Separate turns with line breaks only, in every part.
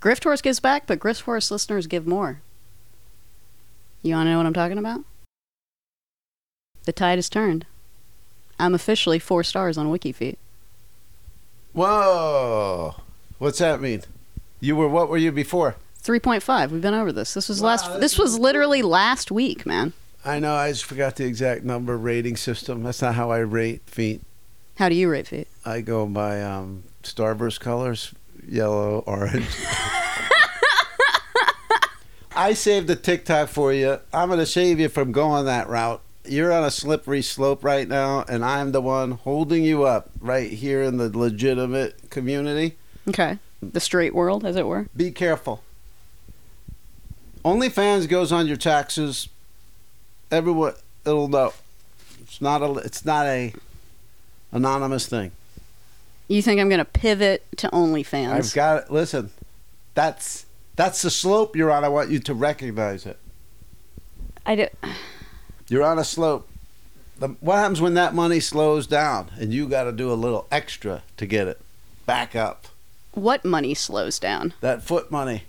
Grift Horse gives back, but Grift Horse listeners give more. You want to know what I'm talking about? The tide has turned. I'm officially four stars on WikiFeet.
Whoa. What's that mean? You were what were you before?
3.5. We've been over this. This was
Wow,
last.
this
This was literally last week, man.
I know I just forgot the exact number rating system. That's not how I rate feet.
How do you rate feet?
I go by um, starburst colors, yellow, orange. I saved a TikTok for you. I'm going to save you from going that route. You're on a slippery slope right now, and I'm the one holding you up right here in the legitimate community.
Okay. The straight world, as it were.
Be careful. OnlyFans goes on your taxes. Everyone, it'll know. It's not a. It's not a anonymous thing.
You think I'm going to pivot to OnlyFans?
I've got it. Listen, that's that's the slope you're on. I want you to recognize it.
I do-
You're on a slope. The, what happens when that money slows down and you got to do a little extra to get it back up?
what money slows down?
That foot money.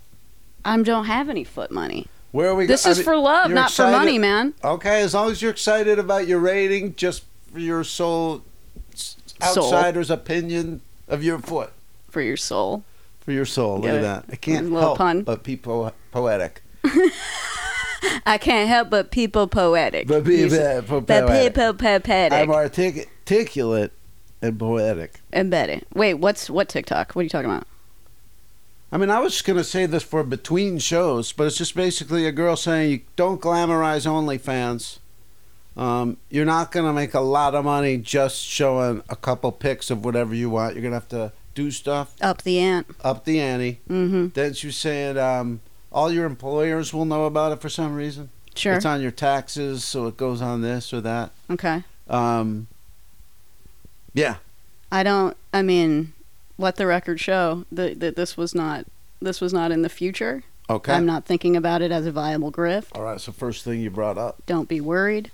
I
I don't have any foot money.
Where are we? go-
This
I
is
mean,
for love,
you're
not
excited-
for money, man.
Okay, as long as you're excited about your rating, just for your soul, s-
Soul.
outsider's opinion of your foot,
For your soul.
for your soul. Look
Got
at
it.
that. I can't
Little
help
pun.
but be po- poetic.
I can't help but people poetic.
But be
You s-
po-
but
poetic.
people
I'm
poetic.
artic- articulate and poetic.
And Betty. Wait, what's what TikTok? What are you talking about?
I mean, I was going to say this for between shows, but it's just basically a girl saying, you don't glamorize OnlyFans. Um, you're not going to make a lot of money just showing a couple pics of whatever you want. You're going to have to do stuff,
Up the ant.
up the ante.
Mm-hmm.
Then she said, um, all your employers will know about it for some reason.
Sure.
It's on your taxes, so it goes on this or that.
Okay.
Um, yeah,
I don't. I mean, let the record show that, that this was not this was not in the future.
okay.
I'm not thinking about it as a viable grift.
all right, so first thing you brought up,
Don't be worried.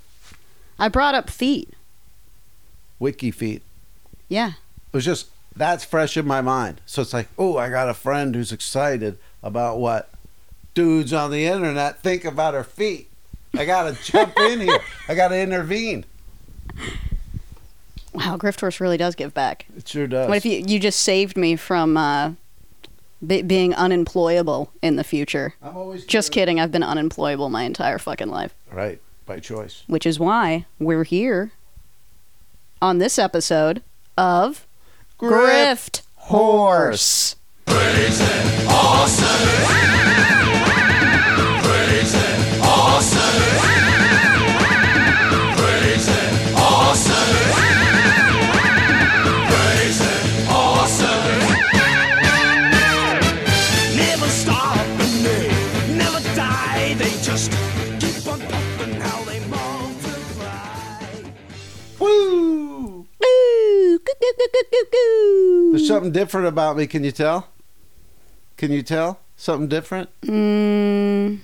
I brought up feet.
Wiki feet.
Yeah.
it was just that's fresh in my mind. So it's like, oh, I got a friend who's excited about what dudes on the internet think about her feet. I gotta jump in here. I gotta intervene.
Wow, Grift Horse really does give back.
It sure does.
What if you you just saved me from uh, be being unemployable in the future?
I'm always
Just kidding. I've been unemployable my entire fucking life,
right by choice.
which is why we're here on this episode of Grift Horse.
Never stop and they never die. They just keep on popping how they multiply.
Ooh,
Woo!
goo, goo, goo, goo, goo, goo.
There's something different about me. Can you tell? Can you tell something different?
Mm,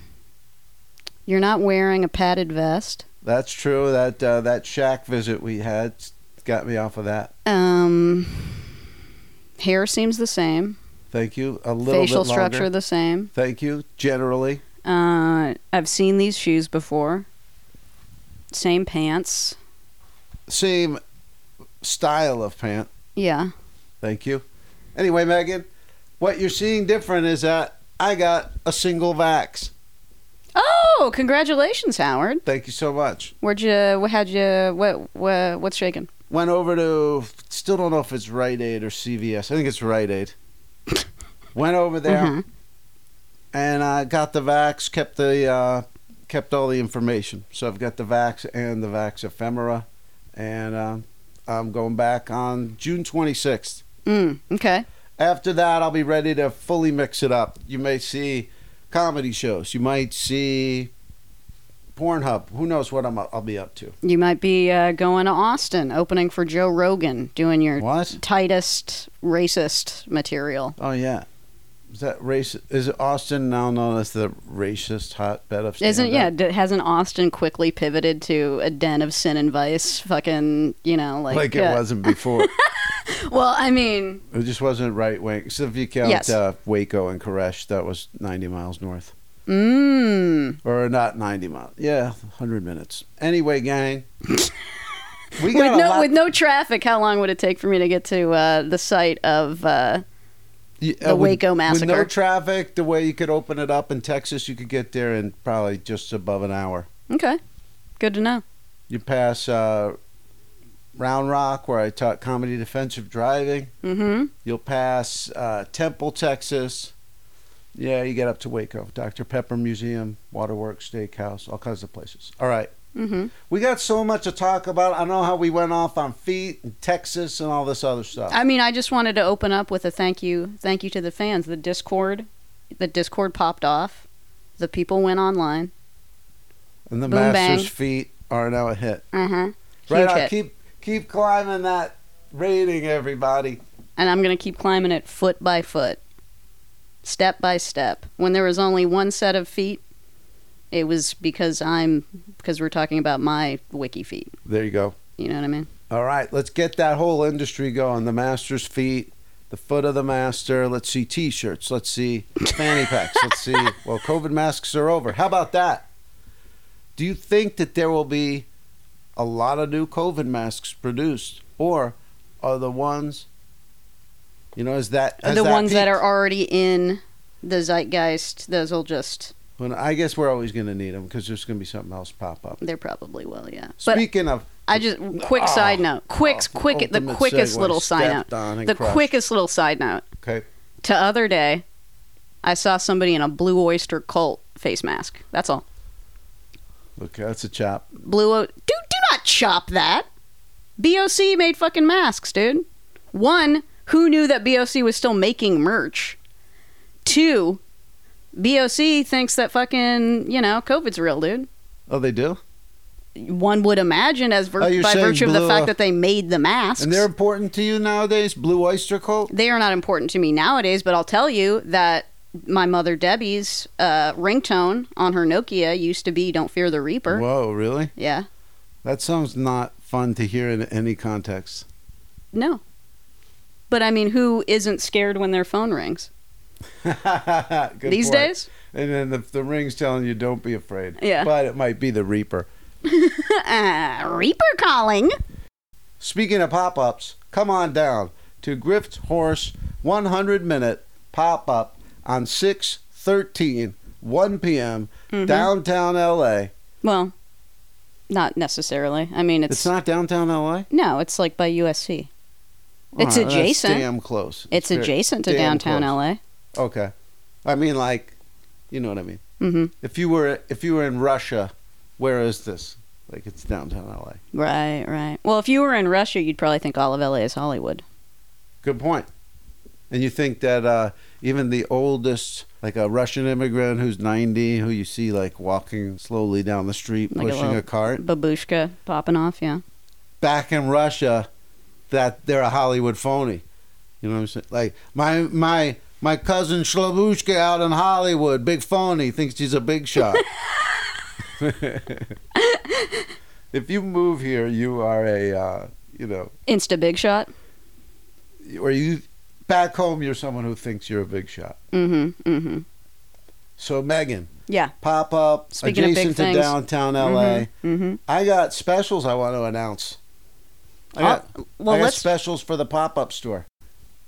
you're not wearing a padded vest.
That's true. That uh, that shack visit we had got me off of that.
Um, hair seems the same.
Thank you. A little
Facial
bit longer.
structure the same.
Thank you. Generally,
Uh, I've seen these shoes before. Same pants.
same style of pant.
Yeah.
Thank you. Anyway, Megan, what you're seeing different is that I got a single vax.
Oh, congratulations, Howard.
Thank you so much.
Where'd you? How'd you? What? what what's shaking?
Went over to, still don't know if it's Rite Aid or CVS. I think it's Rite Aid. Went over there
Mhm.
and I got the vax, kept the, uh, kept all the information. So I've got the vax and the vax ephemera. And uh, I'm going back on June 26th.
Mm, okay.
After that, I'll be ready to fully mix it up. You may see comedy shows. You might see Pornhub. Who knows what I'm, I'll be up to?
You might be uh, going to Austin, opening for Joe Rogan, doing your
What?
tightest racist material.
Oh yeah, is that race? Is Austin now known as the racist hotbed of?
Isn't
stand-up?
yeah? D- hasn't Austin quickly pivoted to a den of sin and vice? Fucking you know, like,
Like it
uh,
wasn't before.
Well, I mean,
It just wasn't right wing. Except if you count
Yes.
uh, Waco and Koresh, that was 90 miles north.
mmm.
Or not 90 miles. Yeah, 100 minutes. Anyway, gang. we got
With
a
no,
lot.
with no traffic, how long would it take for me to get to uh, the site of? Uh,
You-
the Waco
uh, With no
massacre.
traffic, the way you could open it up in Texas, you could get there in probably just above an hour.
okay, good to know.
You pass uh, Round Rock, where I taught comedy defensive driving.
Mm-hmm.
You'll pass uh, Temple, Texas. Yeah, you get up to Waco, Dr. Pepper Museum, Waterworks, Steakhouse, all kinds of places. All right.
Mm-hmm.
We got so much to talk about. I know how we went off on feet and Texas and all this other stuff.
I mean, I just wanted to open up with a thank you, thank you to the fans. The Discord, the Discord popped off. The people went online.
and the
boom,
Masters'
bang.
feet are now a hit.
Uh huh.
Right on.
hit.
Keep, keep climbing that rating, everybody.
and I'm going to keep climbing it foot by foot, step by step. When there was only one set of feet, it was because I'm because we're talking about my wiki feet.
There you go.
You know what I mean?
All right, let's get that whole industry going. The master's feet, the foot of the master. Let's see t-shirts. Let's see fanny packs. Let's see. Well, COVID masks are over. How about that? Do you think that there will be a lot of new COVID masks produced, or are the ones, you know, is that has
the ones that
peaked?
are already in the zeitgeist, those will just
Well, I guess we're always going to need them because there's going to be something else pop up.
they're probably will, yeah. But
Speaking of
I just quick
Ah,
side note, quick,
oh,
quick, the
ultimate
quickest
segue,
little side
stepped on
note,
and
the
crushed.
quickest little side note.
okay,
To other day, I saw somebody in a blue oyster cult face mask. That's all.
okay, that's a chop.
Blue O. Dude, do not chop that. BOC made fucking masks, dude. One, who knew that BOC was still making merch? Two, BOC thinks that fucking, you know, COVID's real, dude.
Oh, they do,
One would imagine as vir-
Oh, you're
by
saying
virtue of the
Blue O-
fact that they made the masks.
and they're important to you nowadays. Blue Oyster Cult.
they are not important to me nowadays, but I'll tell you that my mother Debbie's uh, ringtone on her Nokia used to be "Don't Fear the Reaper."
Whoa, really?
Yeah,
That sounds not fun to hear in any context.
no. But I mean, who isn't scared when their phone rings
Good
these
point.
days?
And then the, the ring's telling you, don't be afraid.
Yeah.
But it might be the Reaper.
Uh, Reaper calling.
Speaking of pop ups, come on down to Grift Horse 100 minute pop up on 6 13, 1 p.m.,
Mm-hmm.
downtown LA.
Well, not necessarily. I mean,
It's,
it's,
not downtown LA?
no, it's like by USC. It's
All right,
adjacent.
That's damn close.
It's
very-
adjacent to
damn
downtown
close.
LA.
Okay. I mean, like, you know what I mean?
hmm
If you were if you were in Russia, where is this? Like it's downtown LA.
Right, right. Well, if you were in Russia, you'd probably think all of LA is Hollywood.
Good point. And you think that uh, even the oldest, like a Russian immigrant who's ninety, who you see like walking slowly down the street
Like a
pushing
little-
a cart,
Babushka popping off, yeah.
back in Russia, that they're a Hollywood phony. You know what I'm saying? Like my my my cousin Shlobushka out in Hollywood, big phony, thinks she's a big shot. if you move here, you are a uh, you know,
Insta big shot.
or you back home, you're someone who thinks you're a big shot.
Mm-hmm. Mm-hmm.
So Megan,
Yeah.
pop up
Speaking of big
adjacent to
things.
downtown LA.
Mm-hmm.
I got specials I want to announce. I got,
Uh, well,
I got
let's.
specials for the pop up store.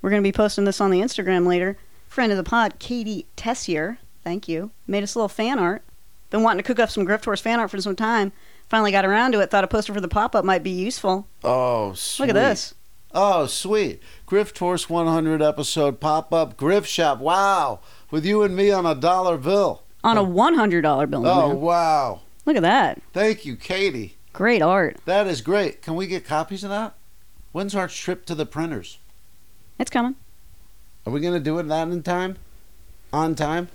we're going to be posting this on the Instagram later. Friend of the pod, Katie Tessier. Thank you. Made us a little fan art. Been wanting to cook up some Grift Horse fan art for some time. Finally got around to it. Thought a poster for the pop up might be useful.
Oh, sweet.
Look at this.
Oh, sweet. Grift Horse 100 episode pop up Grift Shop. Wow. With you and me on a dollar bill.
On a $100 bill.
Oh,
man.
wow.
Look at that.
Thank you, Katie.
Great art.
That is great. Can we get copies of that? When's our trip to the printers?
It's coming.
Are we going to do it that in time? On time?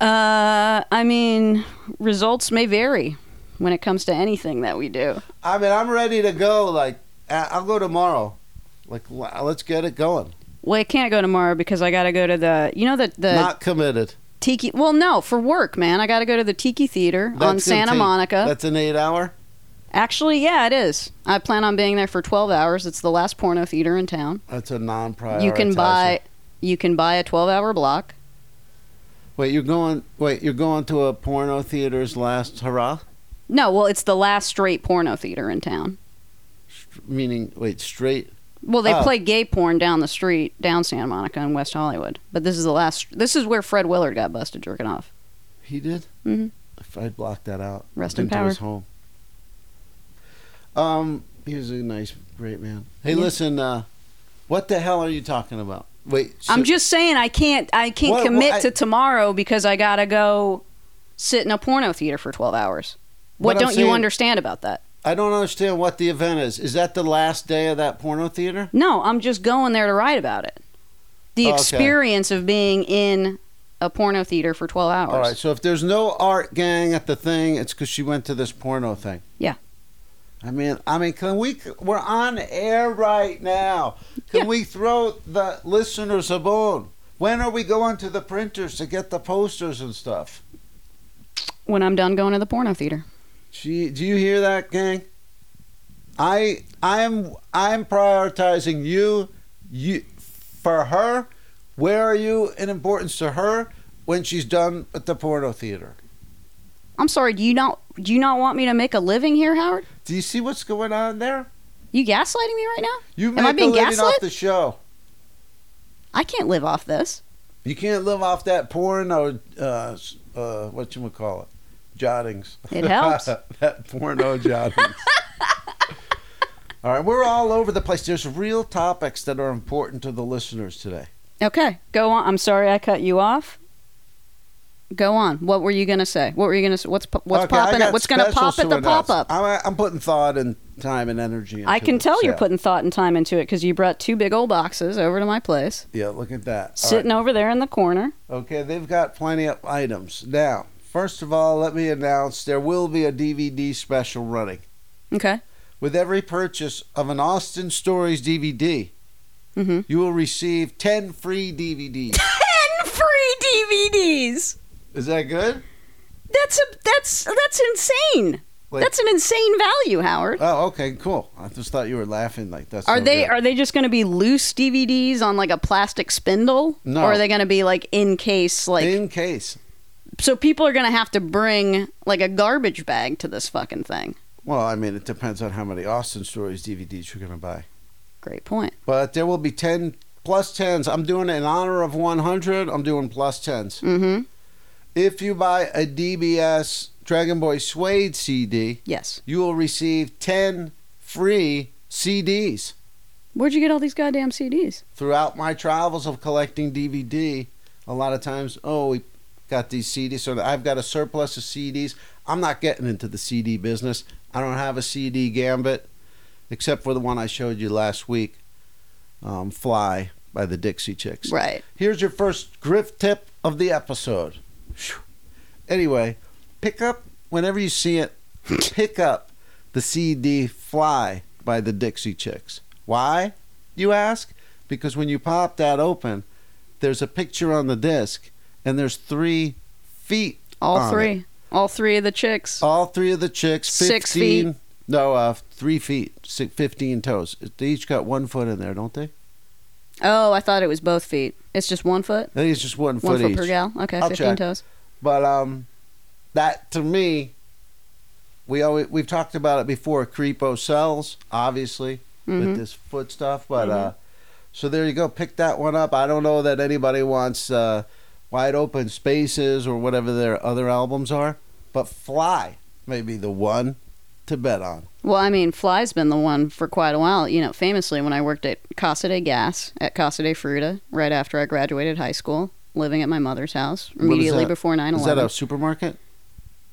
Uh, I mean, results may vary when it comes to anything that we do.
I mean, I'm ready to go. Like, I- I'll go tomorrow. Like, l- let's get it going.
Well, I can't go tomorrow because I got to go to the, you know, the, the
Not committed.
Tiki. Well, no, for work, man. I got to go to the Tiki Theater on
That's gonna
Santa
take-
Monica
That's an eight hour.
Actually, yeah, it is. I plan on being there for 12 hours. It's the last porno theater in town.
That's a non-priority.
you can buy you can buy a 12-hour block.
Wait, you're going. Wait, you're going to a porno theater's last hurrah?
No, well, it's the last straight porno theater in town.
Meaning, wait, straight.
Well, they
Oh.
play gay porn down the street, down Santa Monica in West Hollywood. But this is the last. This is where Fred Willard got busted jerking off.
He did.
Mhm.
If I blocked that out,
Rest
I've
in
been to
power.
His home. Um, he was a nice, great man. Hey,
Yeah.
listen. Uh, what the hell are you talking about? Wait, so-
I'm just saying I can't. I can't
What- what-
commit
I-
to tomorrow because I gotta go sit in a porno theater for 12 hours. What,
What I'm
don't you
saying-
understand about that?
I don't understand what the event is. Is that the last day of that porno theater?
No, I'm just going there to write about it. The
Oh, okay.
experience of being in a porno theater for 12 hours.
All right. So if there's no art gang at the thing, it's because she went to this porno thing.
Yeah.
I mean, I mean, can we? We're on air right now. Can
Yeah.
we throw the listeners a bone? When are we going to the printers to get the posters and stuff?
When I'm done going to the porno theater.
Gee, do you hear that, gang? I I'm I'm prioritizing you, you for her. Where are you in importance to her when she's done at the porno theater?
I'm sorry. Do you not? Do you not want me to make a living here, Howard?
Do you see what's going on there?
You gaslighting me right now?
You
Am
make
I being
a living
gaslit?
off the show.
I can't live off this.
You can't live off that porn or uh, s- uh, what you call it, jottings.
It helps.
that porno jottings. all right, we're all over the place. There's real topics that are important to the listeners today.
Okay, go on. I'm sorry I cut you off. Go on. What were you gonna say? What were you gonna? s- What's po- what's
Okay, I
popping?
got
At, what's gonna
specials
pop at the
to announce.
pop up?
I'm, I'm putting thought and time and energy. Into
I can
it,
tell you're
so-
putting thought and time into it because you brought two big old boxes over to my place,
Yeah, look at that. All right.
sitting over there in the corner.
Okay, they've got plenty of items. Now, first of all, let me announce there will be a DVD special running.
Okay.
With every purchase of an Austin Stories DVD,
Mm-hmm.
you will receive 10 free DVDs.
Ten free DVDs.
Is that good?
That's a that's that's insane.
Like-
that's an insane value, Howard.
Oh, okay, cool. I just thought you were laughing like that's
Are
no
they
good.
are they just going to be loose DVDs on like a plastic spindle,
No.
or are they going to be like in case like
in case.
so people are going to have to bring like a garbage bag to this fucking thing?
Well, I mean, it depends on how many Austin Stories DVDs you're going to buy.
Great point.
But there will be 10 plus 10s. I'm doing it in honor of 100. I'm doing plus 10s.
Mm-hmm.
If you buy a DBS Dragon Boy Suede CD,
Yes.
you will receive 10 free CDs.
Where'd you get all these goddamn CDs?
Throughout my travels of collecting DVD, a lot of times, oh, we got these CDs, so I've got a surplus of CDs. I'm not getting into the CD business. I don't have a CD gambit, except for the one I showed you last week, um, Fly by the Dixie Chicks.
Right.
Here's your first grift tip of the episode. Phew. Anyway, pick up whenever you see it. pick up the CD "Fly" by the Dixie Chicks. Why, you ask? Because when you pop that open, there's a picture on the disc, and there's three feet.
All
on
three.
it. Oh.
All three of the chicks.
All three of the chicks.
Six
15, No, uh, three feet, six, fifteen toes. They each got one foot in there, don't they?
Oh, I thought it was both feet. It's just one foot.
I think it's just one,
One
foot,
foot
each.
per gal. Okay,
I'll
fifteen
check.
toes.
But um, that to me, we always we've talked about it before. Creepo sells, obviously,
Mhm.
with this foot stuff. But
Mm-hmm.
uh, so there you go. Pick that one up. I don't know that anybody wants uh, wide open spaces or whatever their other albums are. But Fly may be the one to bet on.
Well, I mean, Fly's been the one for quite a while. You know, famously, when I worked at Casa de Gas at Casa de Fruta right after I graduated high school, living at my mother's house
is
immediately
that?
before 9
Is that
11.
a supermarket?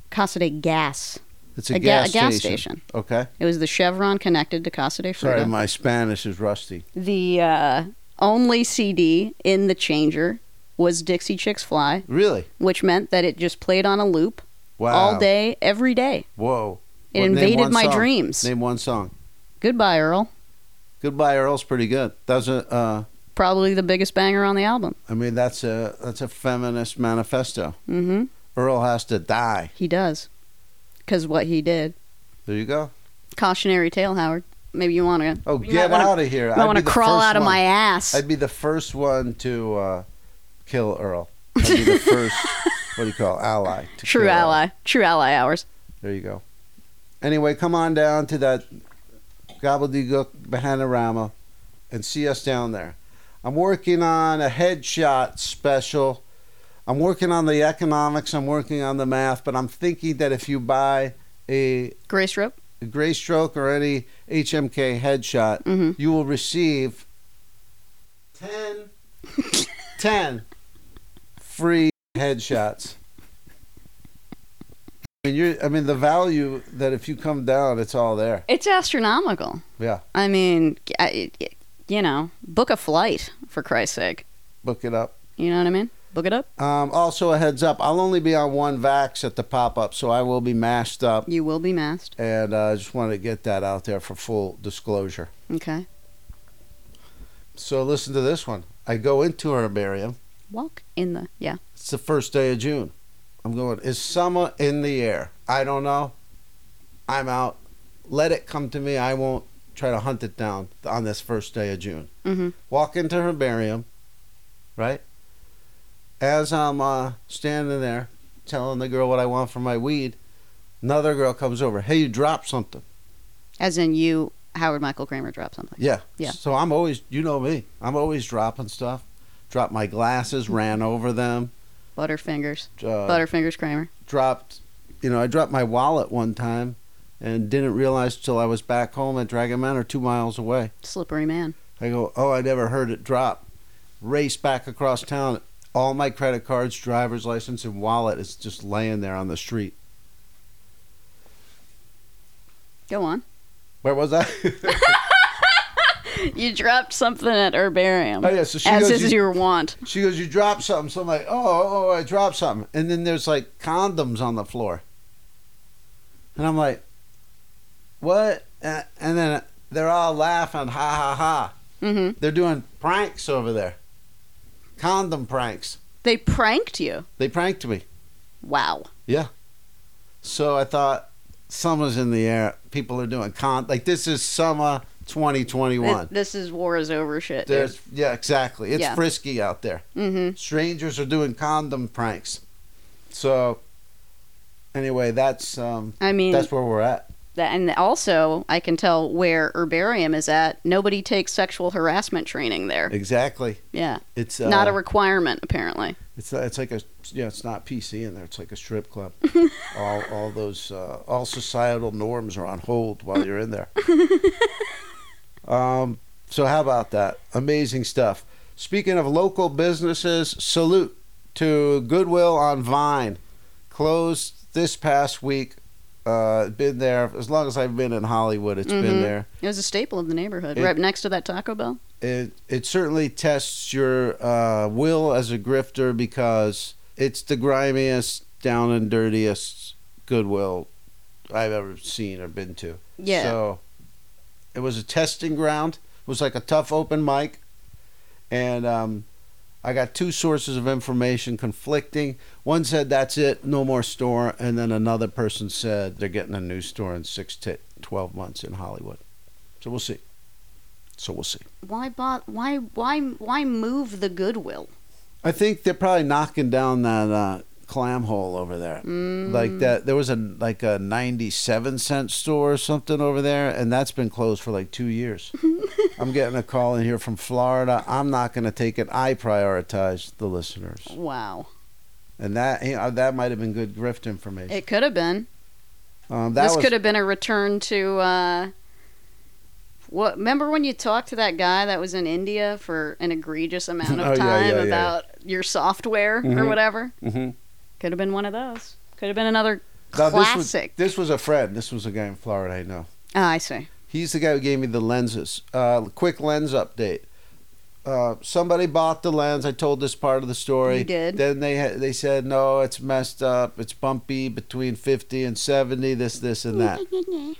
Casa de Gas.
It's
ga-
a, gas,
a gas station.
station. Okay.
It was the Chevron connected to Casa de
Sorry,
Fruta.
my Spanish is rusty.
the uh, only CD in the changer was Dixie Chicks Fly,
Really?
which meant that it just played on a loop
Wow.
all day, every day.
Whoa.
It
Well, name
invaded
one
my
song.
dreams.
Name one song.
Goodbye, Earl.
Goodbye Earl's pretty good. That's a, uh,
Probably the biggest banger on the album.
I mean, that's a that's a feminist manifesto.
Mm hmm.
Earl has to die.
He does. Because what he did.
There you go.
cautionary tale, Howard. Maybe you want to.
Oh, get
wanna,
out of here!
I want
I'd
to
be the
crawl
first
out of
one.
my ass.
I'd be the first one to uh, kill Earl. I'd be the first. what do you call it, ally? to
True
kill Earl.
ally. True ally hours.
There you go. Anyway, come on down to that gobbledygook panorama and see us down there. I'm working on a headshot special. I'm working on the economics. I'm working on the math. But I'm thinking that if you buy a
Grace rope.
gray stroke or any HMK headshot,
Mhm.
you will receive 10, 10 free headshots. I mean, you're, I mean, the value that if you come down, it's all there.
It's astronomical.
Yeah,
I mean, I, I- you know, book a flight for Christ's sake.
book it up.
You know what I mean? Book it up.
Um, also, a heads up I'll only be on one vax at the pop up, so I will be mashed up.
You will be masked.
And uh, I just want to get that out there for full disclosure.
Okay.
So, listen to this one. I go into herbarium.
Walk in the yeah.
It's the first day of June. I'm going, is summer in the air? I don't know. I'm out. Let it come to me. I won't try to hunt it down on this first day of June.
Mm-hmm.
Walk into herbarium, right? As I'm uh, standing there telling the girl what I want for my weed, another girl comes over. Hey, you dropped something.
As in you, Howard Michael Kramer, drop something.
Yeah.
Yeah.
So I'm always, you know me, I'm always dropping stuff. Dropped my glasses, ran over them.
Butterfingers.
Uh,
Butterfingers Kramer.
dropped you know i dropped my wallet one time and didn't realize till i was back home at dragon manor two miles away
Slippery man.
i go oh i never heard it drop race back across town all my credit cards driver's license and wallet is just laying there on the street
Go on.
where was i
You dropped something at Herbarium.
oh yeah so she
as
goes,
is
you,
your want.
she goes you dropped something so i'm like oh, oh i dropped something and then there's like condoms on the floor and i'm like what and and then they're all laughing ha ha ha
Mm-hmm.
They're doing pranks over there. Condom pranks.
They pranked you.
They pranked me.
Wow.
So I thought summer's in the air. People are doing con like this is summer 2021.
Th- this is war is over shit. Dude.
There's yeah, exactly. It's
Yeah.
frisky out there.
Mm-hmm.
Strangers are doing condom pranks. So anyway, that's um
I mean,
that's where we're at.
that, and also I can tell where Herbarium is at. Nobody takes sexual harassment training there.
Exactly.
Yeah,
It's uh,
not a requirement apparently.
It's it's like a yeah. It's not PC in there. It's like a strip club. all all those uh, all societal norms are on hold while you're in there. um. So how about that? Amazing stuff. Speaking of local businesses, salute to Goodwill on Vine. Closed this past week. Uh, been there as long as I've been in Hollywood. It's
Mhm.
been there
It was a staple of the neighborhood,
It-
right next to that Taco Bell.
it it certainly tests your uh, will as a grifter because it's the grimiest, down and dirtiest goodwill I've ever seen or been to.
Yeah,
So it was a testing ground. It was like a tough open mic, and um, I got two sources of information conflicting. One said that's it, no more store, and then another person said they're getting a new store in six to twelve months in Hollywood. So we'll see. So we'll see.
why bought? Why why why move the Goodwill?
I think they're probably knocking down that uh, clam hole over there.
Mm,
Like that, there was a like a ninety-seven cent store or something over there, and that's been closed for like two years. I'm getting a call in here from Florida. I'm not going to take it. I prioritize the listeners,
Wow,
and that you know, that might have been good grift information.
it could have been.
um, that
this
was
could have been a return to uh, what? Remember when you talked to that guy that was in India for an egregious amount
Oh, yeah,
of time
yeah, yeah,
about your software or
Mhm.
whatever?
Mhm.
Could have been one of those. Could have been another
No, this was
classic.
this was a friend. This was a guy in Florida I know.
Ah, I see.
He's the guy who gave me the lenses. Uh, quick lens update. Uh, somebody bought the lens. I told this part of the story.
You did.
Then they ha- they said no, it's messed up. It's bumpy between fifty and seventy. This, this, and that.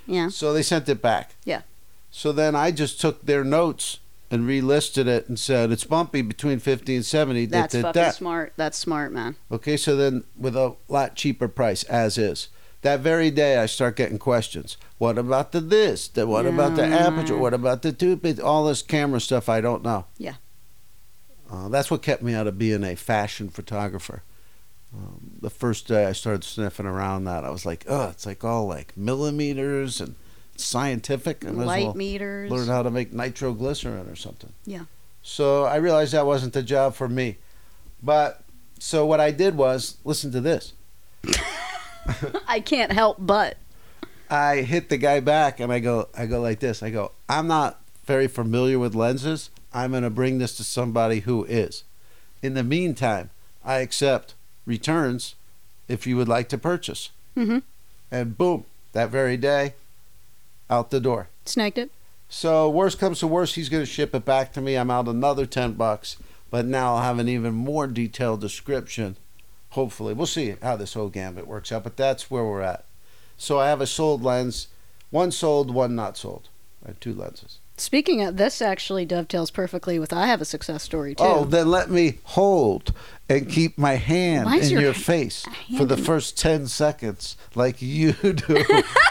Yeah.
So they sent it back.
Yeah.
So then I just took their notes and relisted it and said it's bumpy between fifty and seventy. da,
That's
da,
fucking
da."
smart. That's smart, man.
Okay, so then with a lot cheaper price as is. That very day, I start getting questions. What about the this? The, what about the aperture? What about the toothpaste? All this camera stuff I don't know.
Yeah.
Uh, that's what kept me out of being a fashion photographer. Um, the first day I started sniffing around that, I was like, oh, it's like all like millimeters and scientific. And
light meters.
learn how to make nitroglycerin or something.
Yeah.
So I realized that wasn't the job for me. But so what I did was listen to this.
I can't help but.
I hit the guy back and I go I go like this. I go, I'm not very familiar with lenses. I'm gonna bring this to somebody who is. In the meantime, I accept returns if you would like to purchase.
Mm-hmm.
And boom, that very day, out the door.
Snagged it.
So worst comes to worst, he's going to ship it back to me. I'm out another ten bucks, but now I'll have an even more detailed description. Hopefully, we'll see how this whole gambit works out. But that's where we're at. So I have a sold lens, one sold, one not sold. I have two lenses.
Speaking of this, actually dovetails perfectly with I have a success story too.
Oh, then let me hold and keep my hand
Why is
in your,
your ha-
face
hand
for the
in-
first ten seconds, like you do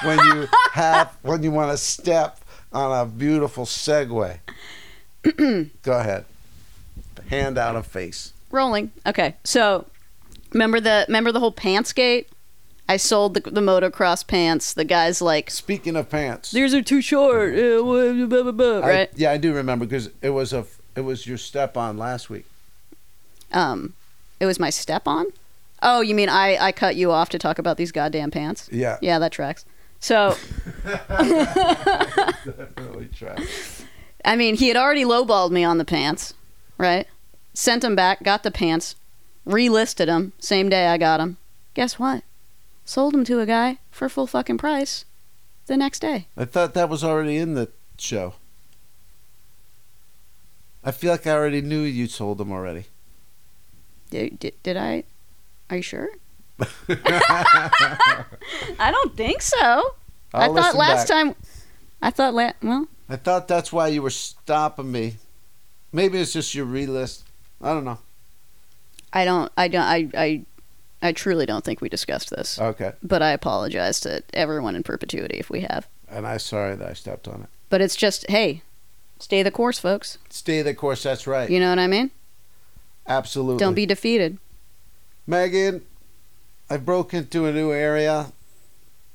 when you have when you want to step on a beautiful segue. Go ahead, hand out of face.
Rolling. Okay, so remember the remember the whole pants gate? I sold the, the motocross pants. The guy's like,
Speaking of pants,
"These are too
Oh,
short." uh, wha- blah, blah, blah,"
I-
right?
yeah, I do remember because it was a f- it was your step on last week.
um, it was my step on. Oh, you mean I I cut you off to talk about these goddamn pants?
Yeah,
Yeah, that tracks. So,
Really trash.
I mean, he had already lowballed me on the pants, right? Sent them back, got the pants, relisted them. Same day I got them. Guess what? Sold them to a guy for full fucking price the next day.
I thought that was already in the show. I feel like I already knew you sold them already.
Did, did, did I? Are you sure? I don't think so. i
I'll
thought
listen
last
back.
time. I thought la Well,
I thought that's why you were stopping me. Maybe it's just your relist. I don't know.
I don't. I don't. I. I. I truly don't think we discussed this.
Okay.
but I apologize to everyone in perpetuity if we have.
And I'm sorry that I stepped on it.
But it's just, hey, stay the course, folks.
Stay the course. That's right.
You know what I mean?
Absolutely.
Don't be defeated.
Megan, I broke into a new area.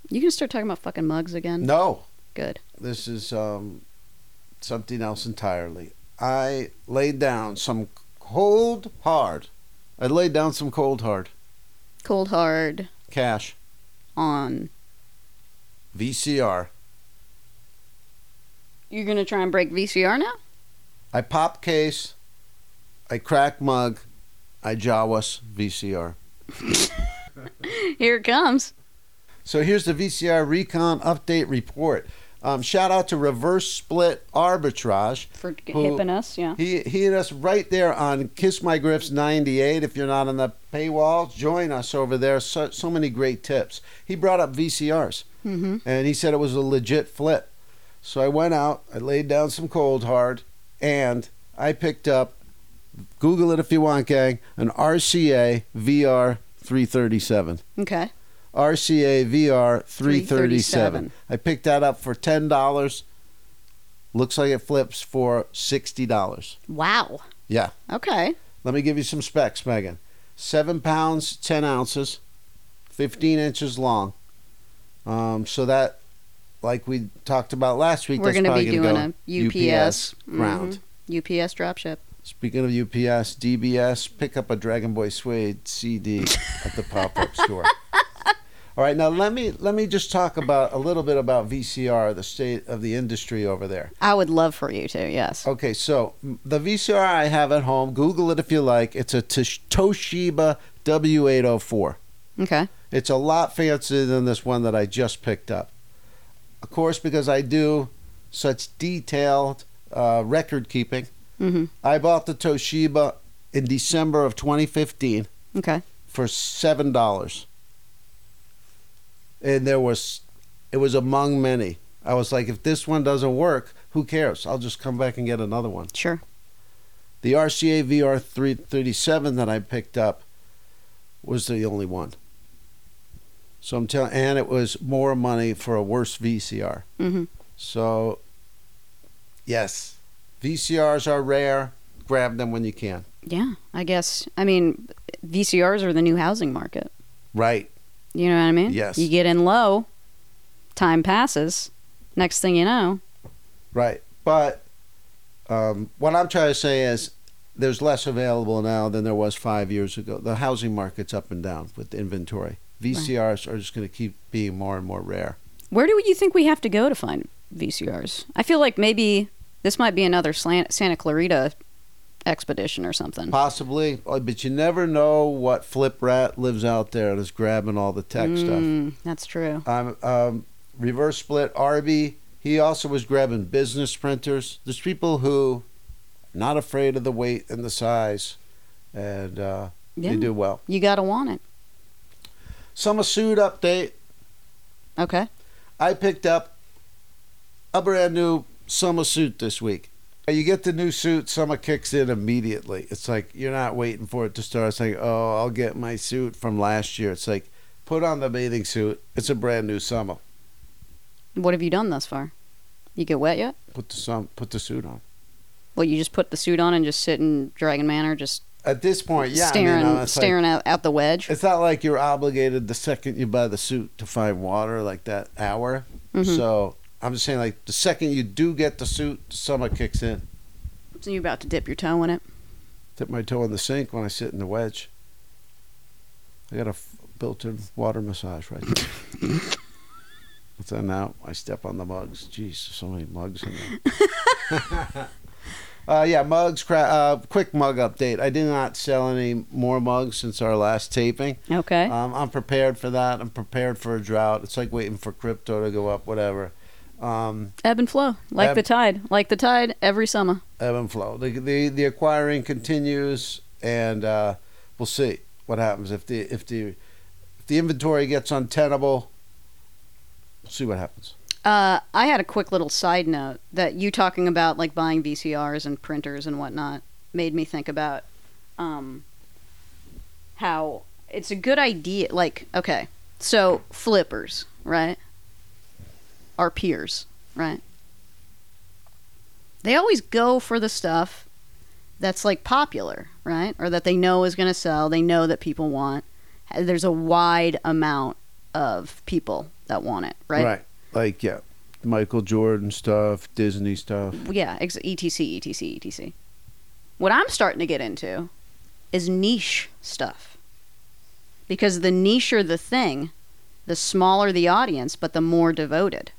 You can start talking about fucking mugs again.
No.
Good.
This is um, something else entirely. I laid down some cold hard. I laid down some cold hard
Cold hard
cash.
on.
VCR.
You're gonna try and break VCR now?
I pop case, I crack mug, I Jawas VCR.
Here it comes.
So here's the VCR Recon Update Report. Um, shout out to Reverse Split Arbitrage.
For g-
Who-
hipping us, yeah.
He, he hit us right there on Kiss My Grips 98. If you're not on the paywall, join us over there. So, so many great tips. He brought up VCRs.
Mm-hmm.
and he said it was a legit flip. So I went out, I laid down some cold hard, and I picked up, Google it if you want, gang, an RCA VR 337.
Okay.
RCA VR 337.
337.
I picked that up for $10. Looks like it flips for $60.
Wow.
Yeah.
Okay.
Let me give you some specs, Megan. Seven pounds, 10 ounces, 15 inches long. Um, so that, like we talked about last week,
We're
that's
gonna be
probably
doing
gonna
a
go
UPS,
round.
UPS dropship.
Speaking of UPS, DBS, pick up a Dragon Boy Suede CD at the pop-up store. All right, now let me let me just talk about a little bit about VCR, the state of the industry over there.
I would love for you to. Yes.
Okay, so m- the VCR I have at home, Google it if you like. It's a Tosh- Toshiba W804.
Okay.
It's a lot fancier than this one that I just picked up. Of course, because I do such detailed uh, record keeping,
Mm-hmm.
I bought the Toshiba in December of 2015
Okay.
for seven dollars, and there was it was among many. I was like, if this one doesn't work, who cares? I'll just come back and get another one.
Sure.
The RCA VR 337 that I picked up was the only one. So I'm telling, and it was more money for a worse VCR.
Mm-hmm.
So, yes, VCRs are rare. Grab them when you can.
Yeah, I guess. I mean, VCRs are the new housing market.
Right.
You know what I mean?
Yes.
You get in low, time passes. Next thing you know,
Right. But um, what I'm trying to say is there's less available now than there was five years ago. The housing market's up and down with the inventory. VCRs are just going to keep being more and more rare.
where do you think we have to go to find VCRs? I feel like maybe this might be another slant, Santa Clarita expedition or something.
Possibly, uh, but you never know what flip rat lives out there and is grabbing all the tech stuff.
Mm, That's true.
Um, um, reverse split, Arby, he also was grabbing business printers. There's people who not afraid of the weight and the size, and uh,
Yeah.
they do well.
You got to want it.
Summer suit update.
Okay.
I picked up a brand new summer suit this week. You get the new suit, summer kicks in immediately. It's like you're not waiting for it to start. It's like, oh, I'll get my suit from last year. It's like, put on the bathing suit. It's a brand new summer.
What have you done thus far? You get wet yet?
Put the sum, put the suit on.
Well, you just put the suit on and just sit in Dragon Manor, just
At this point, yeah, I mean,
staring,
uh, it's like-
staring out, out the wedge.
it's not like you're obligated the second you buy the suit to find water like that hour.
Mhm.
So I'm just saying, like the second you do get the suit, summer kicks in.
So you about to dip your toe in it.
dip my toe in the sink when I sit in the wedge. I got a f- built-in water massage right there. but then now I step on the mugs. Jeez, there's so many mugs in there. uh, yeah, mugs. Cra- uh, quick mug update. I did not sell any more mugs since our last taping.
Okay.
Um, I'm prepared for that. I'm prepared for a drought. It's like waiting for crypto to go up, whatever. Um,
Ebb and flow, like
Ebb-
the tide, like the tide every summer.
ebb and flow. The the, the acquiring continues, and uh, we'll see what happens if the if the if the inventory gets untenable. We'll see what happens.
Uh, I had a quick little side note that you talking about like buying VCRs and printers and whatnot made me think about um, how it's a good idea. Like, okay, so flippers, right? Our peers, right? They always go for the stuff that's like popular, right? Or that they know is going to sell, they know that people want. There's a wide amount of people that want it, right?
Like yeah, Michael Jordan stuff, Disney stuff.
yeah, ex- E etc, etc, etc. What I'm starting to get into is niche stuff. Because the nicher the thing, the smaller the audience, but the more devoted.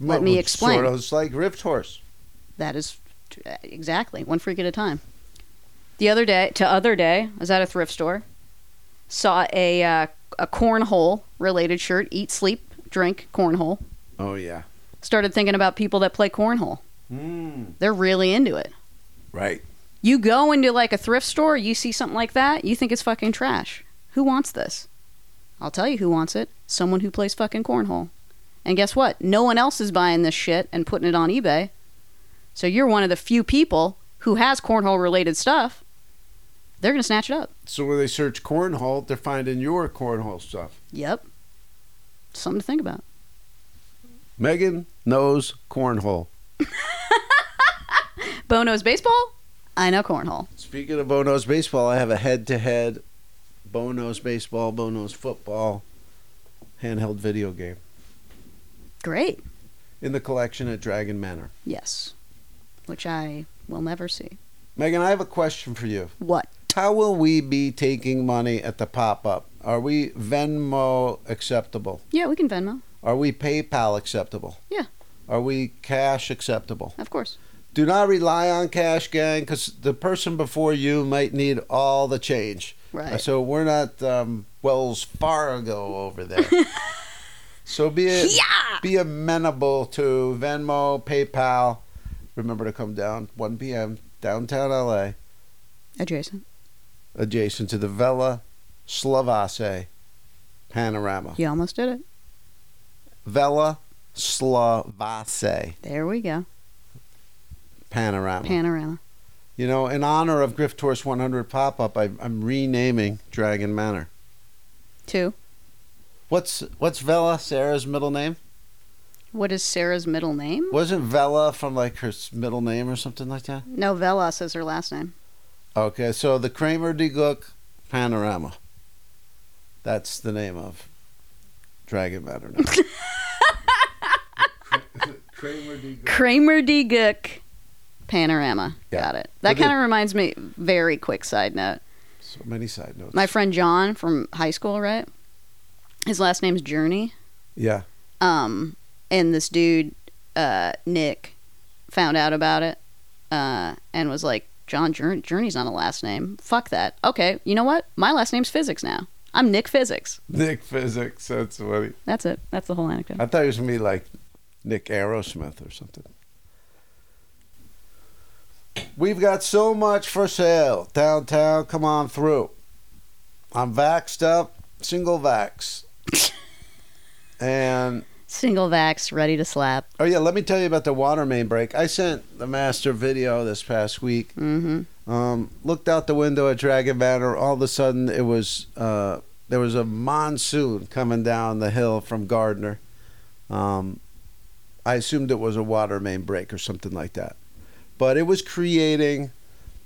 Let me explain.
Sort of it's like Rift Horse.
That is t- exactly one freak at a time. The other day, to other day, I was at a thrift store, saw a uh, a cornhole related shirt. Eat, sleep, drink, cornhole.
Oh yeah.
Started thinking about people that play cornhole.
Mm,
They're really into it.
right.
You go into like a thrift store, you see something like that, you think it's fucking trash. Who wants this? I'll tell you who wants it. Someone who plays fucking cornhole. And guess what? No one else is buying this shit and putting it on eBay. So you're one of the few people who has cornhole related stuff. They're going to snatch it up.
So when they search cornhole, they're finding your cornhole stuff.
Yep. Something to think about.
Megan knows cornhole.
Bono's baseball? I know cornhole.
Speaking of Bono's baseball, I have a head-to-head Bono's baseball, Bono's football handheld video game
Great.
in the collection at Dragon Manor.
Yes. Which I will never see.
Megan, I have a question for you.
What?
How will we be taking money at the pop-up? Are we Venmo acceptable?
Yeah, we can Venmo.
Are we PayPal acceptable?
Yeah.
Are we cash acceptable?
Of course.
Do not rely on cash, gang, because the person before you might need all the change.
Right.
So we're not um, Wells Fargo over there. so be a, be amenable to Venmo, PayPal. Remember to come down 1 p.m. downtown LA,
Adjacent.
adjacent to the Vela Slavasse Panorama.
You almost did it.
Vela Slavasse
There we go.
Panorama.
Panorama.
you know, in honor of Griff Tours 100 pop up, I'm renaming Dragon Manor.
Two.
What's what's Vela Sarah's middle name?
What is Sarah's middle name?
Wasn't Vela from like her s- middle name or something like that?
No, Velas is her last name.
Okay, so the Kramer D. Gluck Panorama. That's the name of Dragon Matter now.
Kramer D. Gluck.
Kramer D. Gook Panorama.
Yeah.
Got it.
But
That
the-
kind of reminds me, very quick side note.
so many side notes.
My friend John from high school, right? His last name's Journey.
yeah.
Um, and this dude, uh, Nick, found out about it, uh, and was like, "John Jour- Journey's not a last name. Fuck that. Okay, you know what? My last name's Physics now. I'm Nick Physics.
Nick Physics. That's funny.
That's it. That's the whole anecdote.
I thought he was gonna be like Nick Aerosmith or something. We've got so much for sale downtown. Come on through. I'm vaxxed up, single vax, and
Single vax, ready to slap.
oh yeah, let me tell you about the water main break. I sent the master video this past week.
Mm-hmm.
Um, looked out the window at Dragon Banner. All of a sudden, it was uh, there was a monsoon coming down the hill from Gardner. Um, I assumed it was a water main break or something like that, but it was creating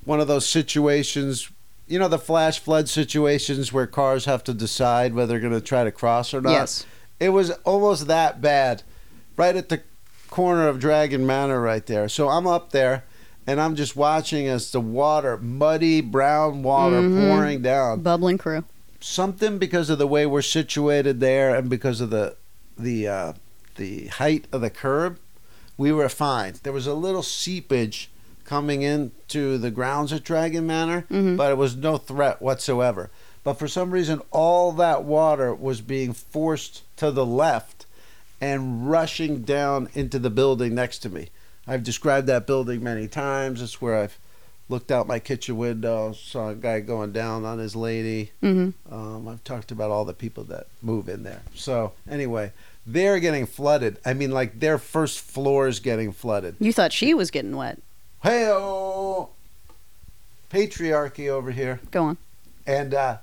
one of those situations. You know, the flash flood situations where cars have to decide whether they're going to try to cross or not.
Yes.
It was almost that bad, right at the corner of Dragon Manor, right there. So I'm up there, and I'm just watching as the water, muddy brown water
Mhm.
pouring down.
Bubbling crew.
Something because of the way we're situated there, and because of the the uh, the height of the curb, we were fine. There was a little seepage coming into the grounds at Dragon Manor,
Mhm.
but it was no threat whatsoever. But for some reason, all that water was being forced to the left and rushing down into the building next to me. I've described that building many times. It's where I've looked out my kitchen window, saw a guy going down on his lady.
Mm-hmm.
Um, I've talked about all the people that move in there. So anyway, they're getting flooded. I mean, like their first floor is getting flooded.
You thought she was getting wet.
Hey, patriarchy over here,
Go on.
and uh,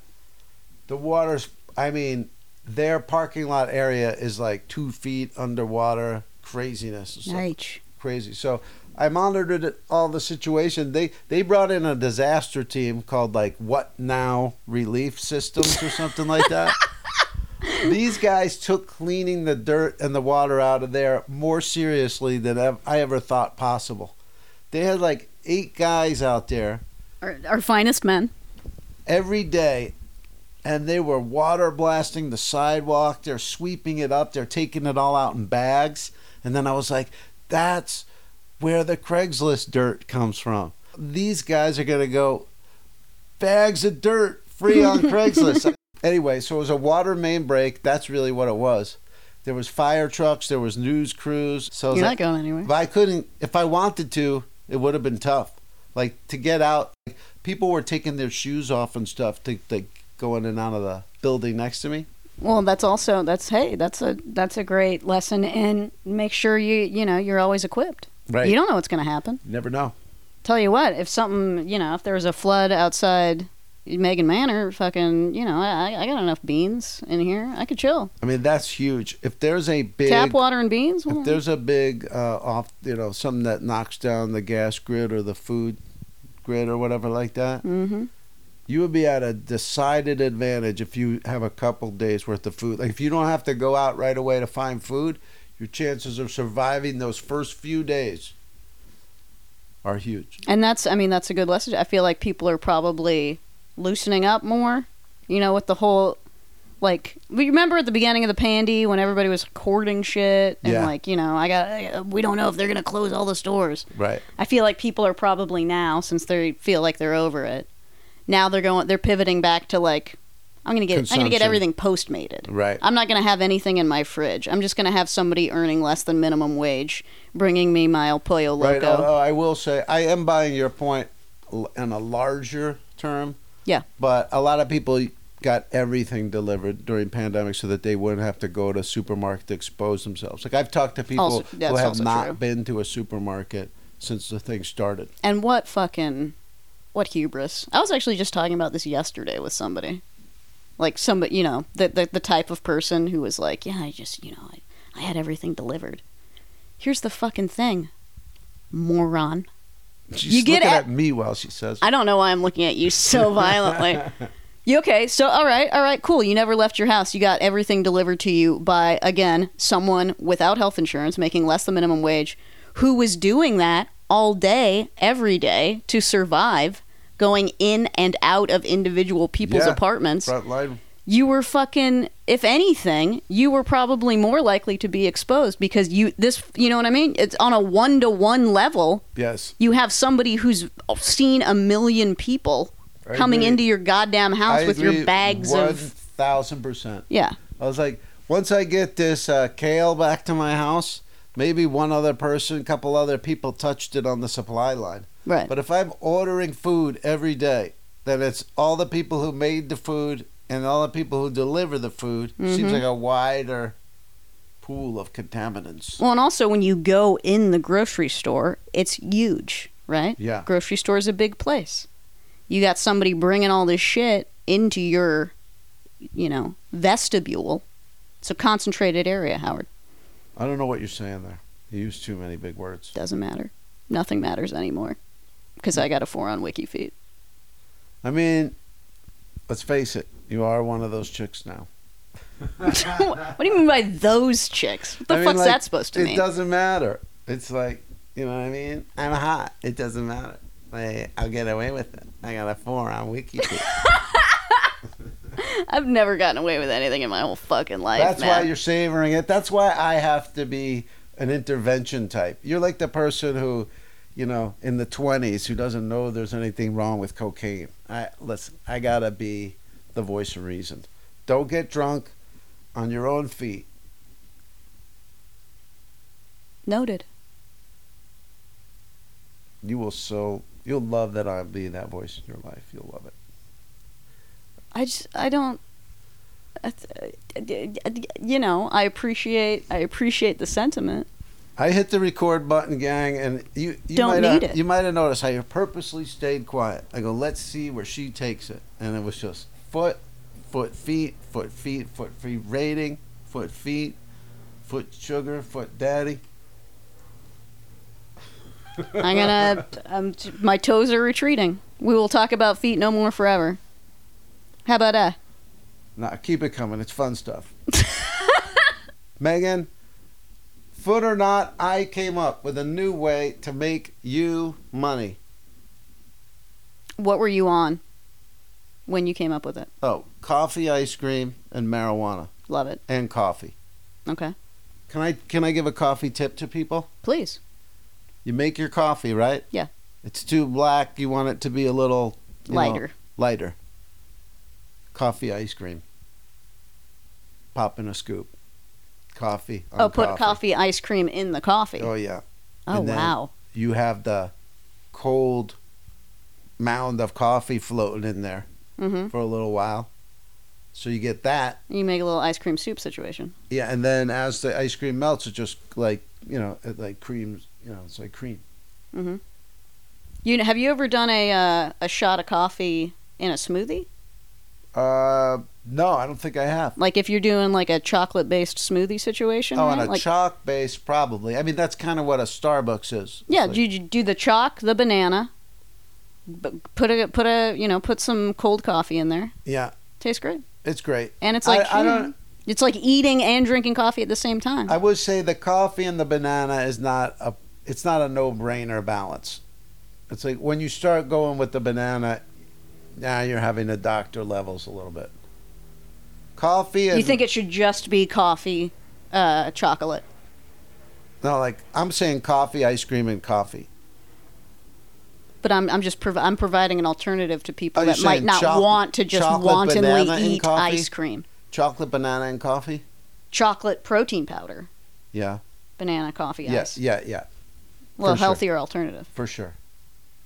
the water's. I mean, their parking lot area is like two feet underwater. Craziness. It's like
Right.
crazy. So I monitored it, all the situation. They they brought in a disaster team called like What Now Relief Systems or something like that. These guys took cleaning the dirt and the water out of there more seriously than ev- I ever thought possible. They had like eight guys out there
Our, our finest men.
every day and they were water blasting the sidewalk they're sweeping it up they're taking it all out in bags and then i was like that's where the craigslist dirt comes from these guys are going to go bags of dirt free on craigslist anyway so it was a water main break that's really what it was there was fire trucks there was news crews so I was
You're
like,
not going anywhere.
if I couldn't, if I wanted to, it would have been tough. Like to get out, like, people were taking their shoes off and stuff to, to go in and out of the building next to me.
Well, that's also that's hey, that's a that's a great lesson, and make sure you you know you're always equipped.
Right.
You don't know what's going to happen.
never know.
Tell you what, if something you know, if there was a flood outside Megan Manor, fucking you know, I, I got enough beans in here, I could chill.
I mean, that's huge. If there's a big
Tap water and beans. Well,
if there's a big uh, off, you know, something that knocks down the gas grid or the food grid or whatever like that,
mm-hmm.
you would be at a decided advantage if you have a couple days worth of food. Like if you don't have to go out right away to find food, your chances of surviving those first few days are huge.
And that's I mean that's a good lesson. I feel like people are probably loosening up more. You know, with the whole like we remember at the beginning of the pandy when everybody was hoarding shit and
Yeah.
like you know I got we don't know if they're gonna close all the stores.
Right.
I feel like people are probably now, since they feel like they're over it, now they're going, they're pivoting back to like, I'm gonna get, I'm gonna get
Consumption.
everything postmated.
Right.
I'm not gonna have anything in my fridge. I'm just gonna have somebody earning less than minimum wage bringing me my El Pollo
Right.
Loco.
Although I will say I am buying your point l- in a larger term.
Yeah.
But a lot of people got everything delivered during pandemic so that they wouldn't have to go to supermarket to expose themselves. Like I've talked to people
Also-
who
that's
have
also
not
true.
been to a supermarket since the thing started.
and what fucking, what hubris! I was actually just talking about this yesterday with somebody. like somebody you know the, the the type of person who was like yeah i just you know I, I had everything delivered here's the fucking thing moron
She's
You get
looking
at-
at me while she says,
i don't know why i'm looking at you so violently you okay so all right all right cool you never left your house you got everything delivered to you by again someone without health insurance making less than minimum wage who was doing that all day every day to survive going in and out of individual people's
Yeah.
apartments
front line.
you were fucking if anything you were probably more likely to be exposed because you this you know what i mean it's on a one-to-one level
Yes.
you have somebody who's seen a million people
I
coming
agree.
into your goddamn house
I
with
agree
your bags of
1,000%.
yeah
I was like, once I get this uh, kale back to my house, maybe one other person, couple other people touched it on the supply line.
right
But if I'm ordering food every day, then it's all the people who made the food and all the people who deliver the food.
Mm-hmm.
Seems like a wider pool of contaminants.
well and also when you go in the grocery store it's huge right
Yeah.
grocery store is a big place you got somebody bringing all this shit into your you know vestibule it's a concentrated area howard
I don't know what you're saying there. You used too many big words.
doesn't matter. Nothing matters anymore because I got a four on wiki feet.
I mean, let's face it, you are one of those chicks now.
what do you mean by those chicks? What the
I mean,
fuck's
like,
that supposed to
it
mean?
doesn't matter. It's like, you know what I mean? I'm hot. It doesn't matter. Like, I'll get away with it. I got a four on Wiki.
I've never gotten away with anything in my whole fucking life.
That's
man.
why you're savoring it. That's why I have to be an intervention type. You're like the person who, you know, in the 20s who doesn't know there's anything wrong with cocaine. I listen, I got to be the voice of reason. Don't get drunk on your own feet.
noted.
You will so you'll love that I'll be that voice in your life. You'll love it.
I just I don't. I th- You know, I appreciate I appreciate the sentiment.
I hit the record button, gang, and you, you
Don't
might have-
need it.
You might have noticed I purposely stayed quiet. I go, let's see where she takes it, and it was just foot, foot, feet, foot, feet, foot, feet, rating, foot, feet, foot, sugar, foot, daddy.
I'm gonna. um, t- my toes are retreating. We will talk about feet no more forever. How about uh, that?
Nah, keep it coming. It's fun stuff. Megan, foot or not, I came up with a new way to make you money.
What were you on when you came up with it?
Oh, coffee, ice cream, and marijuana,
Love it.
and coffee.
Okay,
Can I can I give a coffee tip to people?
please.
You make your coffee, right?
Yeah.
It's too black. You want it to be a little you know,
Lighter.
lighter. Coffee ice cream. Pop in a scoop. Coffee. on
Oh, put coffee. ice cream in the coffee.
Oh yeah.
Oh
and then-
wow.
You have the cold mound of coffee floating in there
hmm
for a little while. So you get that.
You make a little ice cream soup situation.
Yeah, and then as the ice cream melts, it just like you know, it like creams. You know, it's like cream.
hmm You know, have you ever done a uh, a shot of coffee in a smoothie?
Uh, no, I don't think I have.
Like if you're doing like a chocolate based smoothie situation.
Oh,
right?
on a
like,
chalk base, probably. I mean, that's kind of what a Starbucks is. It's
yeah,
like-
do you do the chalk, the banana, b- put a put a you know put some cold coffee in there.
yeah,
Tastes great,
it's great.
and it's like
I, I
hmm,
don't.
it's like eating and drinking coffee at the same time.
I would say the coffee and the banana is not a. It's not a no-brainer balance. It's like when you start going with the banana, now you're having the doctor levels a little bit. Coffee and
you think it should just be coffee, uh, chocolate?
no, like I'm saying coffee, ice cream, and coffee.
But I'm I'm just prov- I'm providing an alternative to people
Oh, you're
that might
saying
not
chocolate-
want to just
chocolate banana and
wantonly eat
coffee?
ice cream.
Chocolate, banana, and coffee.
Chocolate protein powder,
Yeah.
banana coffee ice.
Yes. Yeah. Yeah.
A little
for sure.
healthier alternative.
For sure.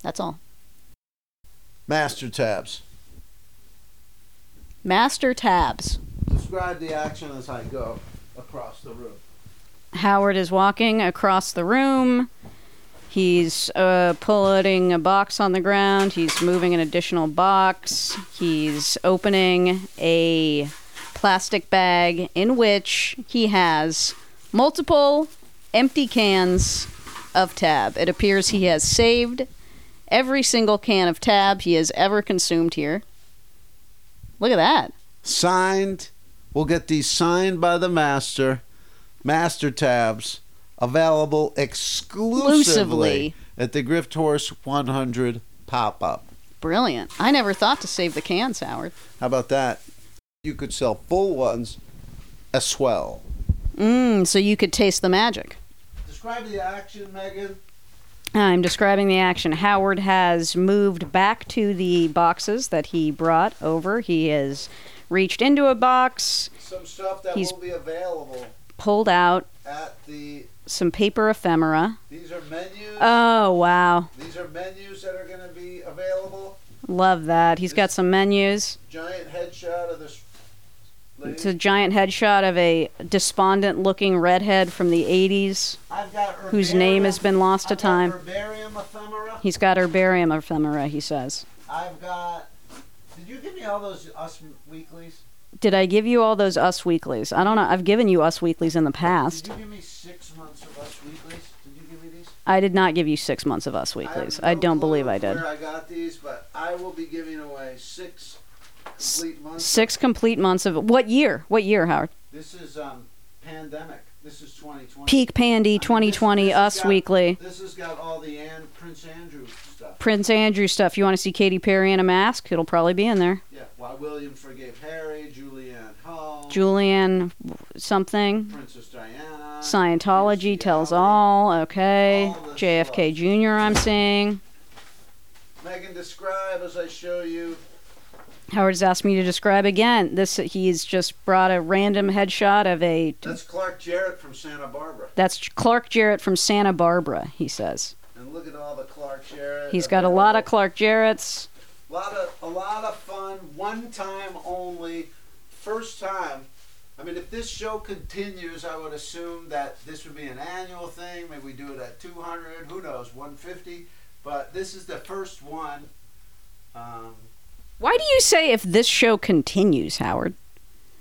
That's all.
Master tabs.
Master tabs.
Describe the action as I go across the room.
Howard is walking across the room. He's uh, putting a box on the ground. He's moving an additional box. He's opening a plastic bag in which he has multiple empty cans of tab. It appears he has saved every single can of tab he has ever consumed here. Look at that.
Signed. We'll get these signed by the master. Master tabs available exclusively
Exclusively.
at the Grift Horse 100 pop up.
Brilliant. I never thought to save the cans, Howard.
How about that? You could sell full ones as well.
Mmm, so you could taste the magic.
Describe the action, Megan.
I'm describing the action. Howard has moved back to the boxes that he brought over. He has reached into a box,
Some stuff that
He's-
will be available
pulled out
at the.
some paper ephemera.
These are menus.
Oh, wow.
These are menus that are going to be available.
Love that. He's got some menus.
Giant headshot of this. lady.
It's a giant headshot of a despondent looking redhead from the 80s
I've got
whose name
herbarium-
has been lost to
I've got
time.
herbarium ephemera.
He's got herbarium ephemera, he says.
I've got. Did you give me all those Us Weeklies?
Did I give you all those Us Weeklies? I don't know. I've given you Us Weeklies in the
Did
past.
you give me six months of Us Weeklies? Did you give me these?
I did not give you six months of Us
have
Weeklies.
no
I don't
clue
believe I did.
Where I got these, but I will be giving away six complete months.
Six complete months of. What year? What year, Howard?
This is um pandemic. This is 2020.
Peak
I
Pandy
mean, this-
2020
this has
Us
got-
Weekly.
This has got all the An- Prince Andrew stuff.
Prince Andrew stuff. You want to see Katy Perry in a mask? It'll probably be in there.
Yeah, why William forgave Harry, Julianne Hull,
Julianne something.
Princess Diana.
Scientology
Kirstie
tells
Alley.
all. Okay.
All this
JFK Jr., I'm seeing.
Megan, describe as I show you.
Howard's asked me to describe again. This he's just brought a random headshot of a
That's Clark Jarrett from Santa Barbara.
That's Clark Jarrett from Santa Barbara, he says.
And look at all the Clark Jarrett.
He's got a lot of
available.
Clark Jarretts.
lot of a lot of fun, one time only, first time. I mean, if this show continues, I would assume that this would be an annual thing. Maybe we do it at 200, who knows, 150. But this is the first one. Um,
Why do you say if this show continues, Howard?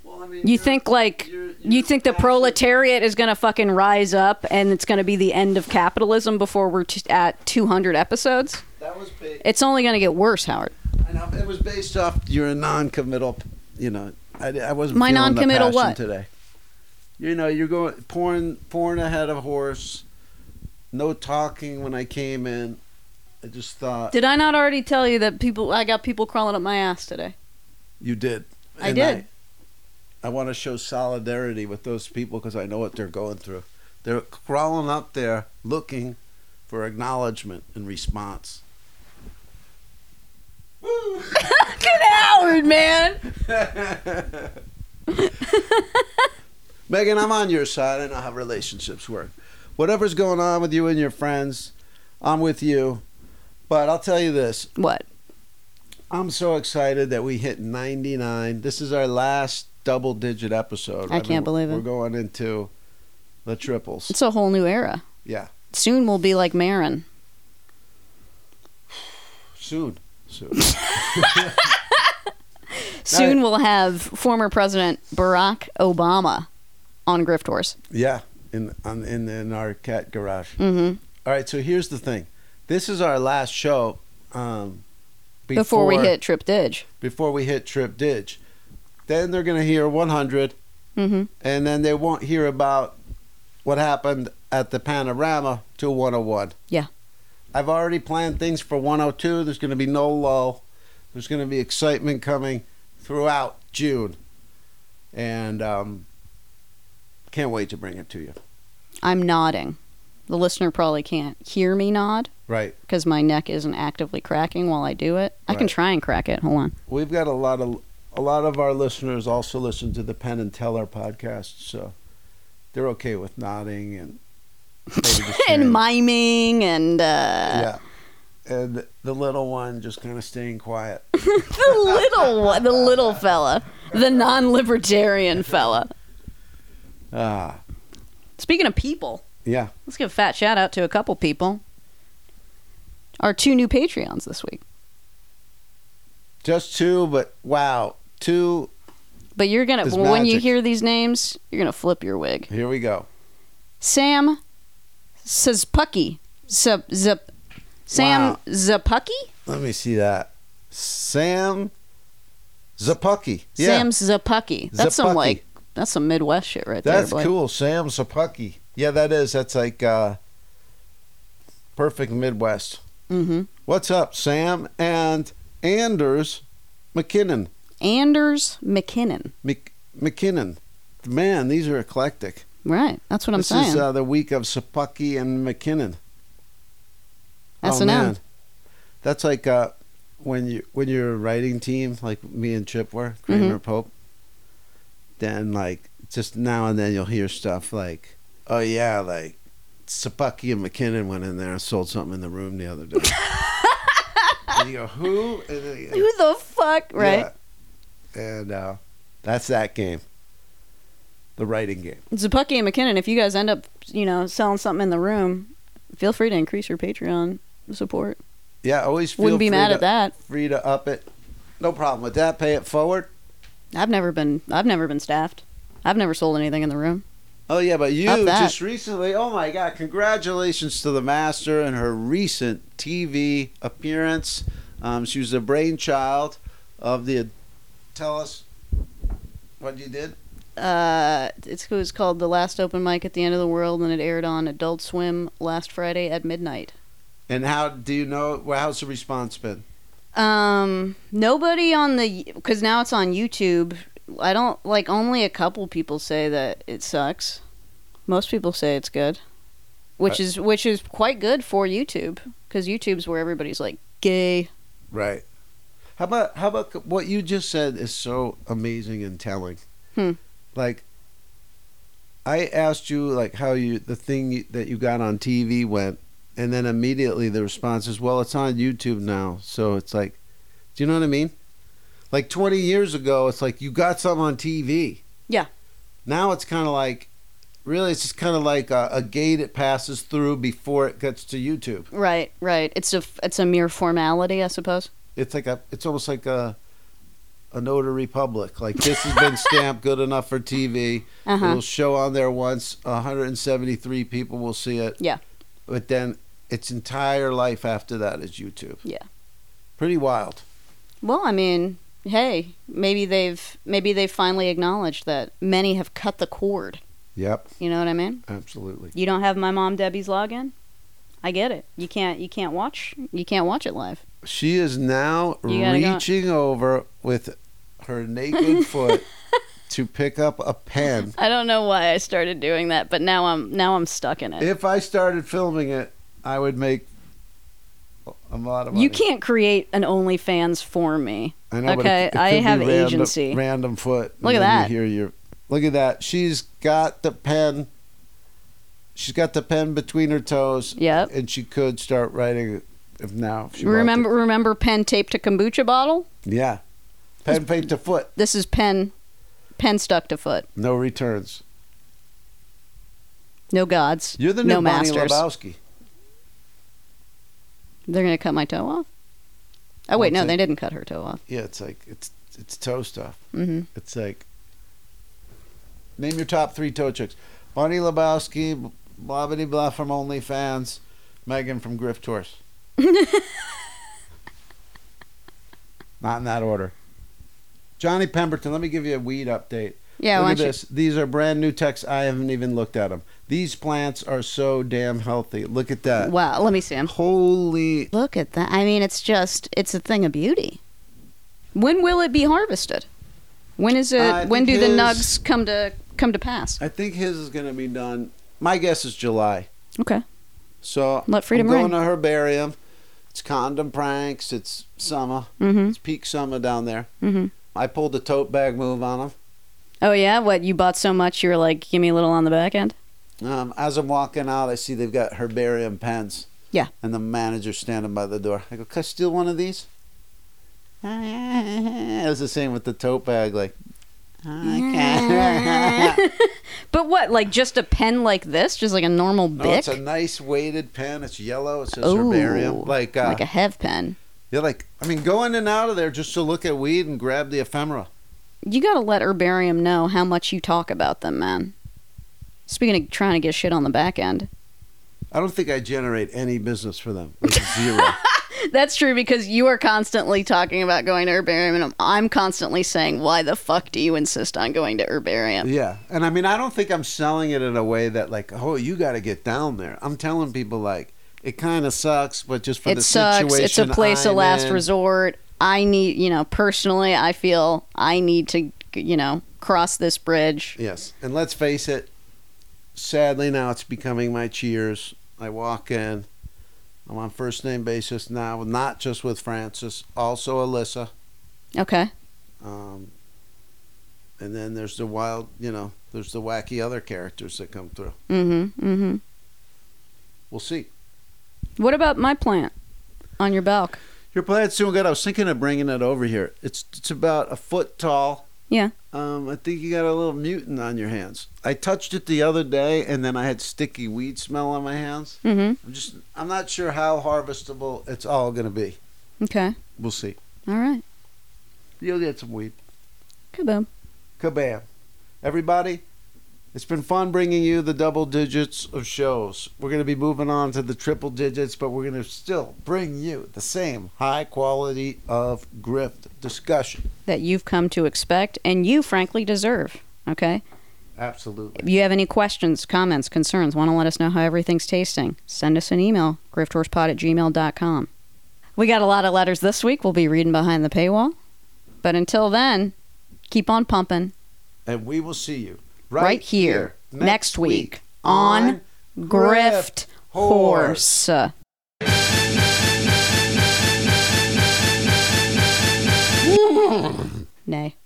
well, I mean,
You
you're-
think like
you're-
you
you're
think the
passive.
proletariat is going to fucking rise up and it's going to be the end of capitalism before we're t- at 200 episodes?
That was big.
It's only going to get worse, Howard.
I know, it was based off your non-committal. You know, I, I wasn't
My
feeling the
non-committal
passion
what?
today. You know, you're going pouring pouring ahead of horse. No talking when I came in. I just thought
Did I not already tell you that people I got people crawling up my ass today?
you did.
I
And
did.
I, I want to show solidarity with those people because I know what they're going through. They're crawling up there looking for acknowledgement and response.
Good Howard, man.
Megan, I'm on your side. I know how relationships work. Whatever's going on with you and your friends, I'm with you. But I'll tell you this
What?
I'm so excited that we hit 99. This is our last double digit episode.
I can't believe it.
We're going into the triples.
It's a whole new era.
Yeah.
Soon we'll be like Marin.
Soon. Soon.
Soon we'll have former President Barack Obama on Grift Horse.
yeah. In, on, in, in our cat garage.
Mm-hmm.
All right. So here's the thing this is our last show um,
Before, we hit Trip Dig.
before we hit Trip Dig. Then they're going to hear 100,
Mm-hmm.
and then they won't hear about what happened at the Panorama to 101.
Yeah.
I've already planned things for 102. There's going to be no lull. There's going to be excitement coming throughout June. And um, can't wait to bring it to you.
I'm nodding. The listener probably can't hear me nod
Right.
because my neck isn't actively cracking while I do it. I can
Right.
try and crack it. Hold on.
We've got a lot of a lot of our listeners also listen to the Penn and Teller podcast, so they're okay with nodding and maybe just
And
hearing.
miming and uh,
yeah. And the little one just kind of staying quiet.
the little one, the little fella, the non-libertarian fella.
Ah,
Speaking of people,
yeah.
let's give a fat shout out to a couple people. our two new Patreons this week.
Just two, but wow, two.
But you're gonna
This
when you
magic.
hear these names, you're gonna flip your wig.
Here we go.
Sam Sazpucky. Zap zap Sam
Wow.
Zapucky?
Let me see that. Sam Zapucky. Yeah,
Sam Zapucky. That's some
Zapucky.
like that's some Midwest shit right
that's
there, Blake.
cool. Sam Zapucky. Yeah, that is. That's like uh, perfect Midwest.
Mm-hmm.
What's up, Sam and Anders McKinnon?
Anders McKinnon.
Mc- McKinnon. Man, these are eclectic.
Right. That's what I'm
this
saying.
is uh, the week of Sapucky and McKinnon.
S
oh,
and M.
man. That's like uh, when you when you're a writing team, like me and Chip were,
Mm-hmm.
Kramer Pope. Then like just now and then you'll hear stuff like, oh yeah, like Sapucky and McKinnon went in there and sold something in the room the other day. and you go who? And then you-
Who the fuck? Right.
Yeah. And uh, that's that game. The writing game.
Zapucky and McKinnon, if you guys end up, you know, selling something in the room, feel free to increase your Patreon support.
Yeah, always feel
Wouldn't be
free
mad
to,
at that.
Free to up it. No problem with that. Pay it forward.
I've never been I've never been staffed. I've never sold anything in the room.
Oh yeah, but you
Up that.
just recently. Oh my God! Congratulations to the master and her recent TV appearance. Um, she was the brainchild of the. Tell us what you did.
Uh, it's, it was called The Last Open Mic at the End of the World, and it aired on Adult Swim last Friday at midnight.
And how do you know? Well, how's the response been?
Um, nobody on the because now it's on YouTube. I don't like only a couple people say that it sucks. Most people say it's good, which is which is quite good for YouTube because YouTube's where everybody's like gay.
Right. How about how about c- what you just said is so amazing and telling.
Hmm.
Like I asked you like how you the thing you, that you got on TV went and then immediately the response is well it's on YouTube now. So it's like do you know what I mean? Like 20 years ago it's like you got something on TV.
Yeah.
Now it's kind of like really it's just kind of like a, a gate it passes through before it gets to YouTube.
Right, right. It's a it's a mere formality, I suppose.
it's like a it's almost like a a notary public like this has been stamped good enough for tv
Uh huh.
it'll show on there once 173 people will see it
Yeah.
but then its entire life after that is youtube
Yeah.
pretty wild
Well, I mean, hey, maybe they've maybe they've finally acknowledged that many have cut the cord.
yep
You know what I mean?
absolutely
You don't have my mom Debbie's login? I get it. You can't you can't watch you can't watch it live.
she is now
You gotta go-
reaching over with her naked foot to pick up a pen
I don't know why I started doing that, but now I'm now I'm stuck in it.
if i started filming it i would make a lot of money
you can't create an OnlyFans for me.
I know, but
Okay,
it- it could
I
be
have
random-
agency.
Random foot. and
Look at
then
that.
You hear your, look at that. She's got the pen. She's got the pen between her toes,
Yep.
and she could start writing if now. If she wanted.
remember remember pen taped to kombucha bottle?
Yeah. Pen paint to foot.
This is pen pen stuck to foot.
No returns.
No gods.
You're the
no
new Bonnie
masters.
Lebowski.
They're gonna cut my toe off. Oh wait, no,
Okay.
they didn't cut her toe off.
Yeah, it's like it's it's toe stuff.
hmm
It's like name your top three toe chicks: Bonnie Lebowski, blah blah blah from OnlyFans, Megan from Griff Tours. Not in that order. Johnny Pemberton, let me give you a weed update.
Yeah, why
Look at
don't you
this. These are brand new texts. I haven't even looked at them. These plants are so damn healthy. Look at that.
Wow, let me see him.
Holy.
Look at that. I mean, it's just it's a thing of beauty. When will it be harvested? When is it
I
when do
think
the
his-
nugs come to come to pass?
I think his is going to be done. My guess is July.
Okay.
So
Let freedom
I'm going
reign.
to herbarium. It's condom pranks. It's summer.
Mhm.
It's peak summer down there.
Mhm.
I pulled the tote bag move on
Oh yeah, what you bought so much you were like give me a little on the back end?
them. Um, as I'm walking out, I see they've got herbarium pens.
Yeah.
And the manager standing by the door. I go, "Can I steal one of these?" it was the same with the tote bag. Like,
Okay. but what, like just a pen like this, just like a normal
No,
Bic?
Oh, it's a nice weighted pen. It's yellow. It says
Ooh, Oh
herbarium. Like, uh,
like a hev pen.
you're like, I mean, go in and out of there just to look at weed and grab the ephemera.
You gotta let herbarium know how much you talk about them, man. Speaking of trying to get shit on the back end,
I don't think I generate any business for them. Like zero.
that's true because you are constantly talking about going to herbarium, and I'm, I'm constantly saying, "Why the fuck do you insist on going to herbarium?"
yeah. And I mean, I don't think I'm selling it in a way that, like, oh, you got to get down there. I'm telling people, like, it kind of sucks, but just for
it
the
sucks.
situation.
It's a place
I'm
of last
in,
resort. I need, you know, personally, I feel I need to, you know, cross this bridge.
Yes. And let's face it, sadly now it's becoming my cheers. I walk in. I'm on first name basis now, not just with Francis, also Alyssa.
Okay.
Um, and then there's the wild, you know, there's the wacky other characters that come through.
Mm-hmm. Mm-hmm.
We'll see.
What about my plant on your balk?
Your plant's doing good. I was thinking of bringing it over here. It's it's about a foot tall.
Yeah.
Um, I think you got a little mutant on your hands. I touched it the other day, and then I had sticky weed smell on my hands.
Mm-hmm.
I'm just I'm not sure how harvestable it's all gonna be.
Okay.
We'll see.
All right.
You'll get some weed.
Kaboom.
Kabam! Everybody, it's been fun bringing you the double digits of shows. We're gonna be moving on to the triple digits, but we're gonna still bring you the same high quality of grift discussion.
That you've come to expect and you frankly deserve. Okay.
Absolutely.
If you have any questions, comments, concerns, want to let us know how everything's tasting, send us an email, grifthorspod at gmail.com. We got a lot of letters this week. We'll be reading behind the paywall. But until then, keep on pumping
and we will see you
right, here, next, week, on Grift Horse. Nay.